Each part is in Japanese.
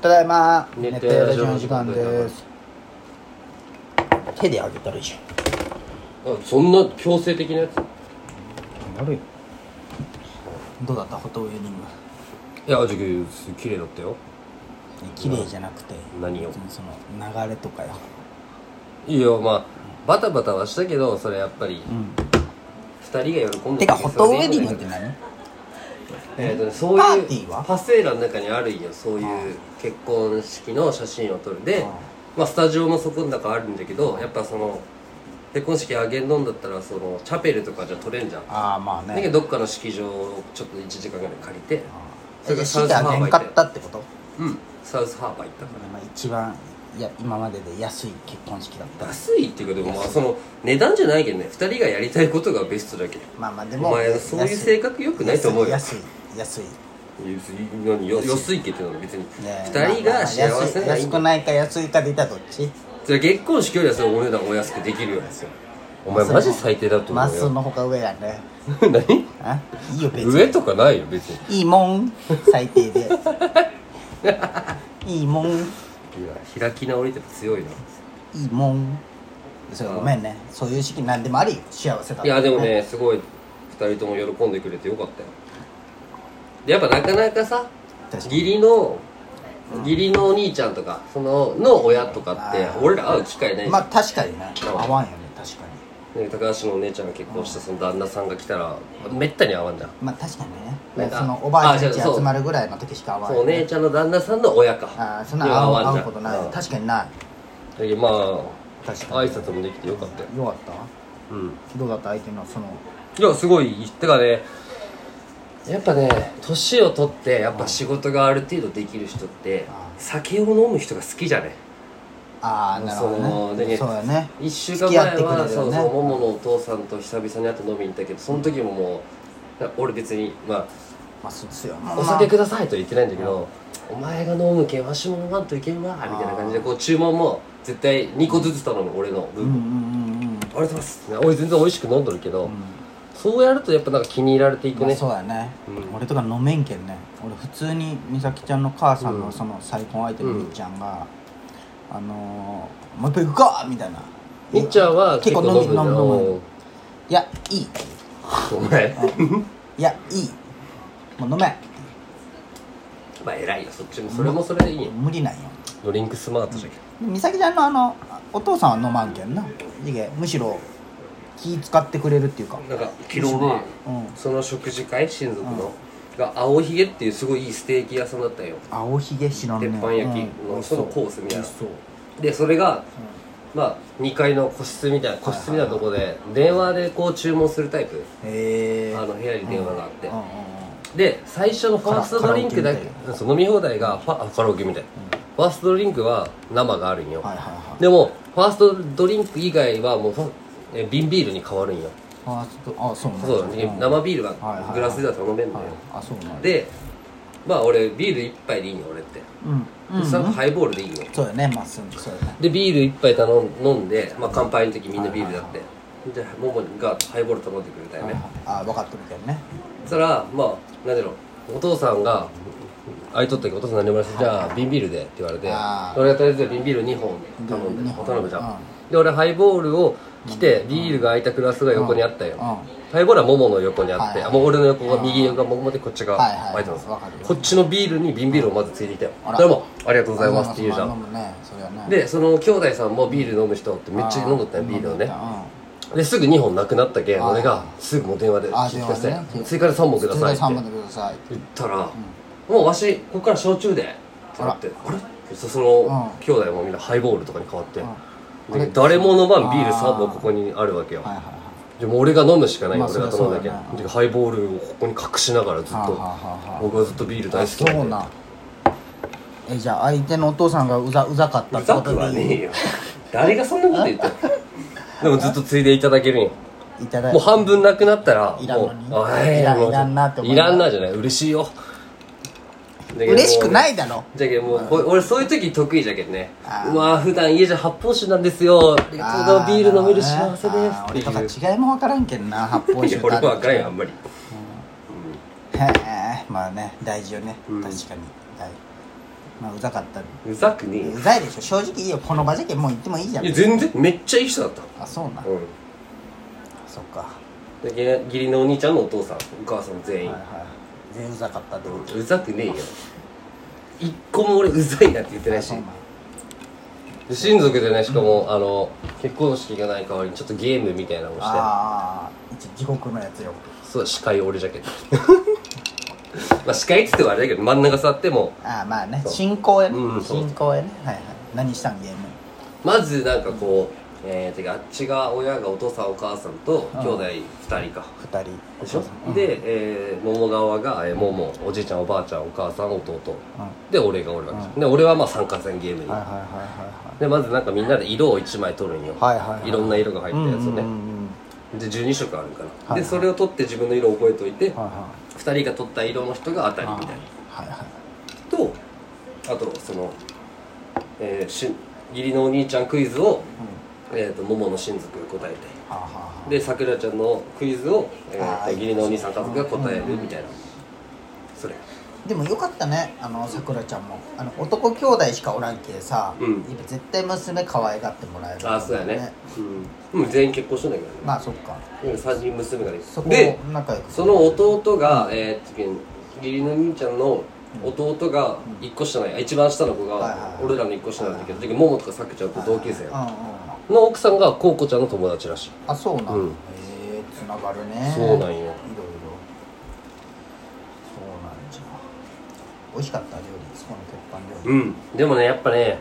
ただいま熱熱帯帯夜ララジジオオのの時時間間でですす手であげたらいいじあそんな強制的なやつゃんなるよどうだったフォトウェディングいやじゃあ綺麗だったよ綺麗じゃなくて何を別にその流れとかよいいよまあバタバタはしたけどそれやっぱり二人が喜んでてかフォトウェディングってね何えーとね、そういうパーティーはパセーラの中にあるんよそういう結婚式の写真を撮るでああまあスタジオもそこの中あるんだけどやっぱその結婚式あげんのんだったらそのチャペルとかじゃ撮れんじゃんああまあだけねどどっかの式場をちょっと1時間ぐらい借りてそえれじゃあかシらサーターウスハー年バー行買っったってことてうんサウスハーバー行ったかまあ一番いや今までで安い結婚式だったら安いっていうかでもまあその値段じゃないけどね2人がやりたいことがベストだけどまあまあでおも前そういう性格良くないと思うよ安い安い安い別に何よ安いけっていうのは別にねえ2人が幸せまあまあ安いならいい安んだくないか安いかで言ったらどっちじゃあ結婚式よりはそのお値段お安くできるよお前マジ最低だとマ思うスよのほか上やね何あいいよ別上にとかないよ別にいいもん最低で いいもんいや開き直りって強いないいもんそれごめんねそういう時期なんでもあり幸せだったいやでもねすごい2人とも喜んでくれてよかったよでやっぱなかなかさ確かに義理の義理のお兄ちゃんとかそのの親とかってあー俺ら会う機会ないじゃん、まあ確かにねうん合わんよね確かにね高橋のお姉ちゃんが結婚したその旦那さんが来たらめったに会わんじゃんまあ確かにねなんかそのおばあちゃんちあじゃあそう集まるぐらいの時しか合わんそうお姉ちゃんの旦那さんの親かああそんなには会うわ会んうじゃんことないうん確かにないだけどまあ確か挨に拶もできてよかったよよかったうんどうだった相手のそのいやすごいてかねやっぱね年を取ってやっぱ仕事がある程度できる人っうてん酒を飲む人が好きじゃねああなるほどねそそううだね1週間付き合っ前てくれるよはねそうそうもものお父さんと久々に会って飲みに行ったけどその時ももう俺別にままあそうですよあお酒くださいとは言ってないんだけどお前が飲むけんわしも飲まんといけんわみたいな感じでこう注文も絶対2個ずつ頼む俺のうん分、うんうんあうんりがとうございます俺全然美味しく飲んどるけど、そうやるとやっぱなんか気に入られていくまあねそうやね、うん俺とか飲めんけんね俺普通に美咲ちゃんの母さんうのんその再婚相手のみっちゃんが、あのー、もう一杯行くかみたいなみっちゃんは結結構構飲み飲む飲む飲むのいやいいお前いやいいもう飲めんまあ偉いよそっちもそれもそれでいいよ無理なんよドリンクスマートじゃけ美咲ちゃんのあのお父さんは飲まんけんなじげむしろ気使ってくれるっていうかんなんか昨日ねうんその食事会親族のが青ひげっていうすごいいいステーキ屋さんだったよ青ひげ白の鉄板焼きのそのコースみたいなそうでそれがまあ2階の個室みたいな個室みたいなとこで電話でこう注文するタイプへえあの部屋に電話があってうんうんうんで最初のファーストドリンクだカラオケけみそう飲み放題がファあカラオケみたいファーストドリンクは生があるんよはいはいはいでもファーストドリンク以外はもうファえ瓶ビールに変わるんよあちょっとあそうなんそうだねん生ビールがはいはいはいグラスでは頼めんだはいよあそうなんだでまあ俺ビール一杯でいいよ俺ってうんうんでそのハイボールでいいよそうだねまっすぐそうだねでビール一杯頼ん飲んでまあ乾杯の時みんなビールだってでモモがハイボール頼んでくれたよねあ分かってるけどねそしたらまあ何だろうお父さんがあいとったけどお父さん何もらしてじゃあ瓶ビールでって言われてあー俺がとりあえず瓶ビール2本頼ん二で本頼むじゃんうで俺ハイボールを来てビールが空いたグラスが横にあったようんはハイボールは桃の横にあって、はいあもう俺の横が右が桃でこっちがはいはい空いてます、わかるよこっちのビールに瓶ビールをまずついてきたよあらそれも「ありがとうございます」って言うじゃ飲んむねそれはねでその兄弟さんもビール飲む人ってめっちゃ飲んどったよあビールをねうですぐ2本なくなったけんあー俺がすぐもう電話であー聞いてくださ電話でいね追加で3本くんだそさいれっでて三本でください言ったら「もうわしここから焼酎で」ってなって「あれ?」そそのうん兄弟もみんなハイボールとかに変わってうんで誰も飲まんビール3本ここにあるわけよはいはいはいでも俺が飲むしかないよまあ俺が頼んだそけりゃそうだよんでハイボールをここに隠しながらずっはあとはあはあはあ僕はずっとビール大好きそうなんえじゃあ相手のお父さんがうざうざかったうってざことくはねで えよ誰がそんなこと言ってんのでもずっとついでいただけるんよいただいもう半分なくなったらいらんものうにあえいらんもういらんなって思ういらんなじゃない嬉しいよ嬉しくないいだろじゃけんもうこ俺そういう時得意じゃけんねあーうわ普段家じゃ発泡酒なんですよありがとうございますビール飲める幸せですあーって俺というか違いも分からんけんな発泡いや酒俺もわからんへよあんまりえまあね大事よね確うんかに大まあうざかったりうざくねえようざいでしょ正直いいよこの場じゃけんもう行ってもいいじゃんいや全然めっちゃいい人だったあそうなんうんそっかはだけど義理のお兄ちゃんのお父さんお母さんい全員、はい全然うざかったってことうざくねえよ一個も俺うざいなって言ってないあしそうなん親族でねしかも、あの結婚式がない代わりにちょっとゲームみたいなのをしてああ一地獄のやつよそう司会俺じゃけど まあ司会っつってもあれだけど真ん中座ってもああまあねそう進行やねうんそう進行やねはいはい何したんゲームまずなんかこうえー、てかあっちが親がお父さんお母さんと兄弟2人か、二人でしょ、うんで、えー、桃側が、えー、桃おじいちゃんおばあちゃんお母さん弟うんはいで俺が俺わけじゃん、で俺はまあ参加戦ゲームに、はいはでまずなんかみんなで色を1枚取るんよ、はいはいはいろんな色が入いはいはいったうんやつをね、うんうんで12色あるから、はいでそれを取って自分の色を覚えといて、うんはいは2人が取った色の人が当たいりみたいなはいはいとあとその、えー、し義理のお兄ちゃんクイズを、うんえー、と桃の親族が答えてはあはあはあでさくらちゃんのクイズを、えー、あとー義理のお兄さん家族が答えるみたいな、それでもよかったねあのさくらちゃんもあの男兄弟しかおらんけさ、うん今絶対娘可愛がってもらえるとあ思あそうやねうん、うん、全員結婚してんだけどね、まあそっかうん3人娘ができそてこで仲良くその弟が、えー、次に義理の兄ちゃんの弟が1個下ない、一番下の子はいはいがはい俺らの1個下なんだけど、時桃とかさくちゃんと同級生うんうんの奥さんがこうこちゃんの友達らしいあそうなん、うんへえつながるねそうないろいろそうんよなんじゃ美味しかった料理そこの鉄板料理うんでもねやっぱね、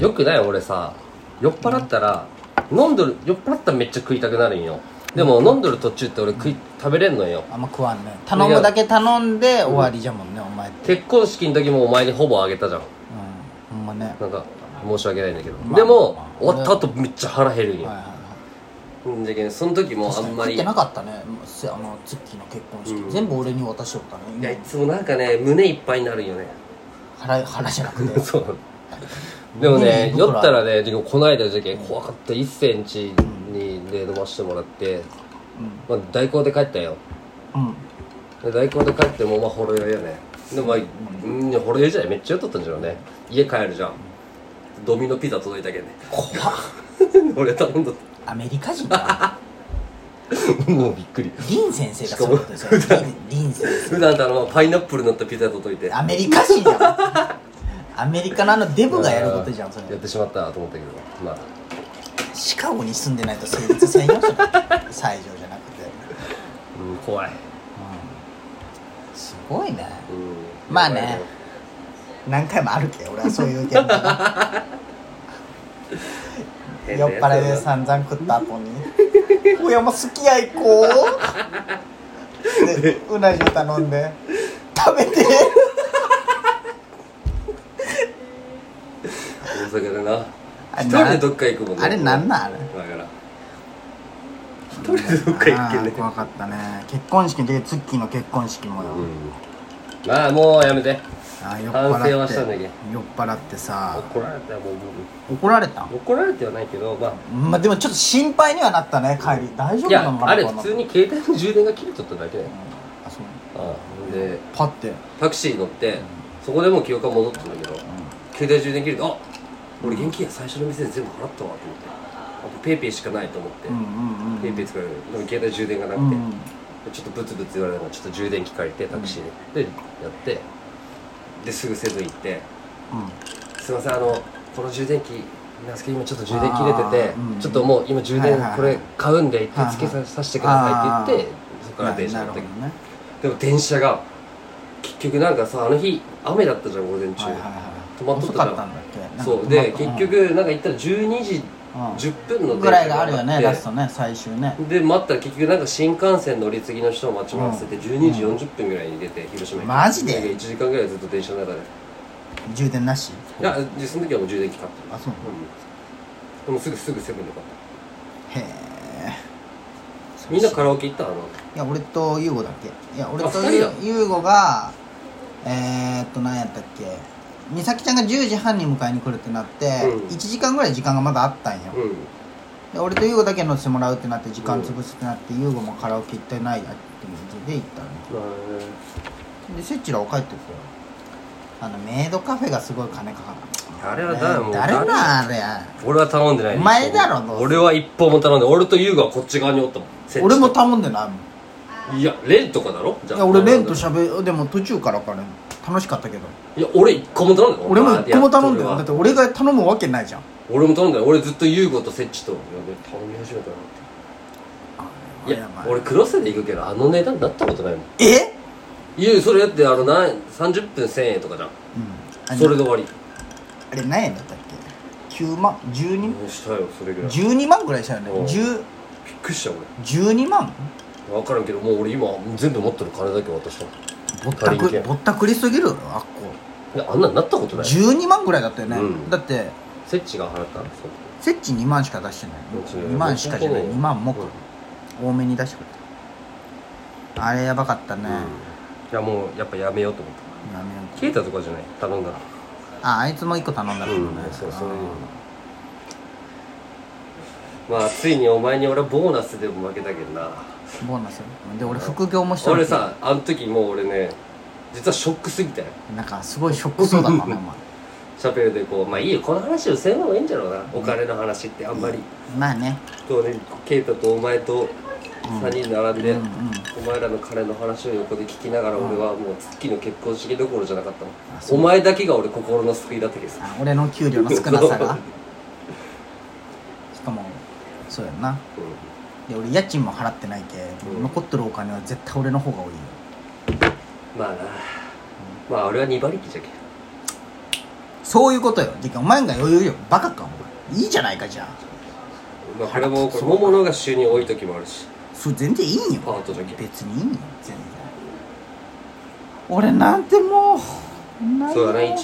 よくない俺さ酔っ払ったら、飲んどる酔っ払ったらめっちゃ食いたくなるんよでも飲んどる途中って俺食い食べれんのよあんま食わんね頼むだけ頼んで終わりじゃもんね、お前って結婚式の時もお前にほぼあげたじゃんうんほんまねなんか申し訳ないんだけど、まあでも、まあ終わった後めっちゃ腹減るんよ、はいはいはいうんじゃけんその時もあ確かんにま食っりてなかったねせあのツッキーの結婚式、うん全部俺に渡しよったねいやい今つもなんかね胸いっぱいになるんよね腹腹じゃなくて そうでもねうん酔ったらねでもこの間じゃけん怖かった1センチにで飲ましてもらって、まあ、代行で帰ったようん、うん、で代行で帰ってもまあほろ酔いよねでもまあうんほろ酔いじゃないめっちゃ酔っとったんじゃろうね家帰るじゃんドミノピザ届いたけんね 怖っ俺頼んだっアメリカ人だたもうびっくり リン先生がそうだったよそれリンリン先普段頼むパイナップル乗ったピザ届いて生アメリカ人じゃんアメリカのあのデブがやることじゃんそれやってしまったと思ったけどまあシカゴに住んでないと成立せんよそれ西条じゃなくて、うん怖いうん、すごいねうんまあね何回もあるけ俺はそういう現場 が酔っ払いで散々食った後に「小山すき家行こう」でうな重頼んで「食べて大阪でなあれ一人でどっか行くもん」ねあれなんなんあれだから一人でどっか行くけんあーね怖かったね結婚式でツッキーの結婚式もよ、うんまあもうやめてあー酔っ反省払はっしてたんだけど酔っ払ってさ怒られたよもう怒られたん僕怒られてはないけどまあまあでもちょっと心配にはなったね帰り大丈夫いなのやかなあれこんな普通に携帯の充電が切れとっただけだよあそうああでパッて、うん、タクシー乗ってそこでもう記憶が戻ったんだけど携帯充電切れてあ俺現金や最初の店で全部払ったわと思ってあとペイペイしかないと思ってうんうんうんペイペイ使えるでも携帯充電がなうんくてちょっとブツブツ言われながらちょっと充電器借りてタクシーで、でやってですぐセブン行って「すいませんあのこの充電器なんですけど今ちょっと充電切れててあ、ーうんちょっともう今充電はいはいはいこれ買うんで一回付けさせてください」って言ってそこうんから電車乗ったなけるどほどねでも電車が結局なんかさあの日雨だったじゃん午前中、はいはいはい止まっと遅ったじゃんかったんだっけなんかそう止まっでた結局なんか行ったら12時うん10分のぐらいがあるよね電車ラってストね最終ねで待ったら結局なんか新幹線乗り継ぎの人を待ち合わせて12時40分ぐらいに出て広島にマジで1時間ぐらいずっと電車の中で充電なしいやでその時はもう充電器買ったあそううんでもすぐすぐセブンで買ったへえみんなカラオケ行ったあのいや俺と優吾だっけいや俺あと二人だ優吾がえー、っと何やったっけ美咲ちゃんが10時半に迎えに来るってなって、うん1時間ぐらい時間がまだあったんよ、うんで俺と優吾だけ乗せてもらうってなって時間潰すってなって優吾、もカラオケ行ってないやっていうので行ったのまあでせっちらを帰ってくよあのメイドカフェがすごい金かかるあれはだもう誰誰なんあれ俺は頼んでないお前だろどうせ俺は一本も頼んで俺と優雅はこっち側におったもん設置俺も頼んでないもんいやレンとかだろじゃいあや俺レンとしゃべでも途中からかね楽しかったけどいや俺一個も頼んでない俺も一個も頼んでやないっだとって俺が頼むわけないじゃん俺は俺も頼んでない俺ずっと優吾と設置といやべ頼み始めたなっていやば俺クロスで行くけどあの値段だったことないもんえいやそれだってあのな30分1000円とかじゃうんんそれあで終わりあれ何円だったっけ9万12もうしたよそれぐらいびっ12万ぐらいしたよねうん10くりした俺12万分からんけどもう俺今全部持ってる金だけ渡したもんぼった足りくんけんぼったくりすぎるよあっいやあんなんなったこことない12万ぐらいだったよね、うんだって設置が払ったんですよセッチ2万しか出してないうん2万しかじゃないう2ん万も多めに出してくれたあれやばかったね、うんいやもうやっぱやめようと思っやめよた消えたとかじゃない頼んだらうああいつも1個頼んだからね、うんそうそういうあまあついにお前に俺はボーナスでも負けたけどなーボーナスで俺副業もしてる俺さあの時もう俺ね実はショックすぎたよなんかすごいショックそうだった なお前シャペルでこうまあいいよこの話をせん方がいいんじゃろうなお金の話ってあんまりまあねそうねケイタとお前と3人並んで、うんうんお前らの彼の話を横で聞きながら俺はもう月の結婚式どころじゃなかったあのそうお前だけが俺心の救いだったけどさあ俺の給料の少なさ がしかもそうやんなうで俺家賃も払ってないけ、うん残ってるお金は絶対俺の方が多いよんまあなまあ俺は2馬力じゃけんそういうことよでお前が余裕よバカかお前いいじゃないかじゃあまあこれもこれも物が収入多い時もあるしそれ全然いいんよパートだけ別にいいんよ全然俺なんてもうないよそうだね1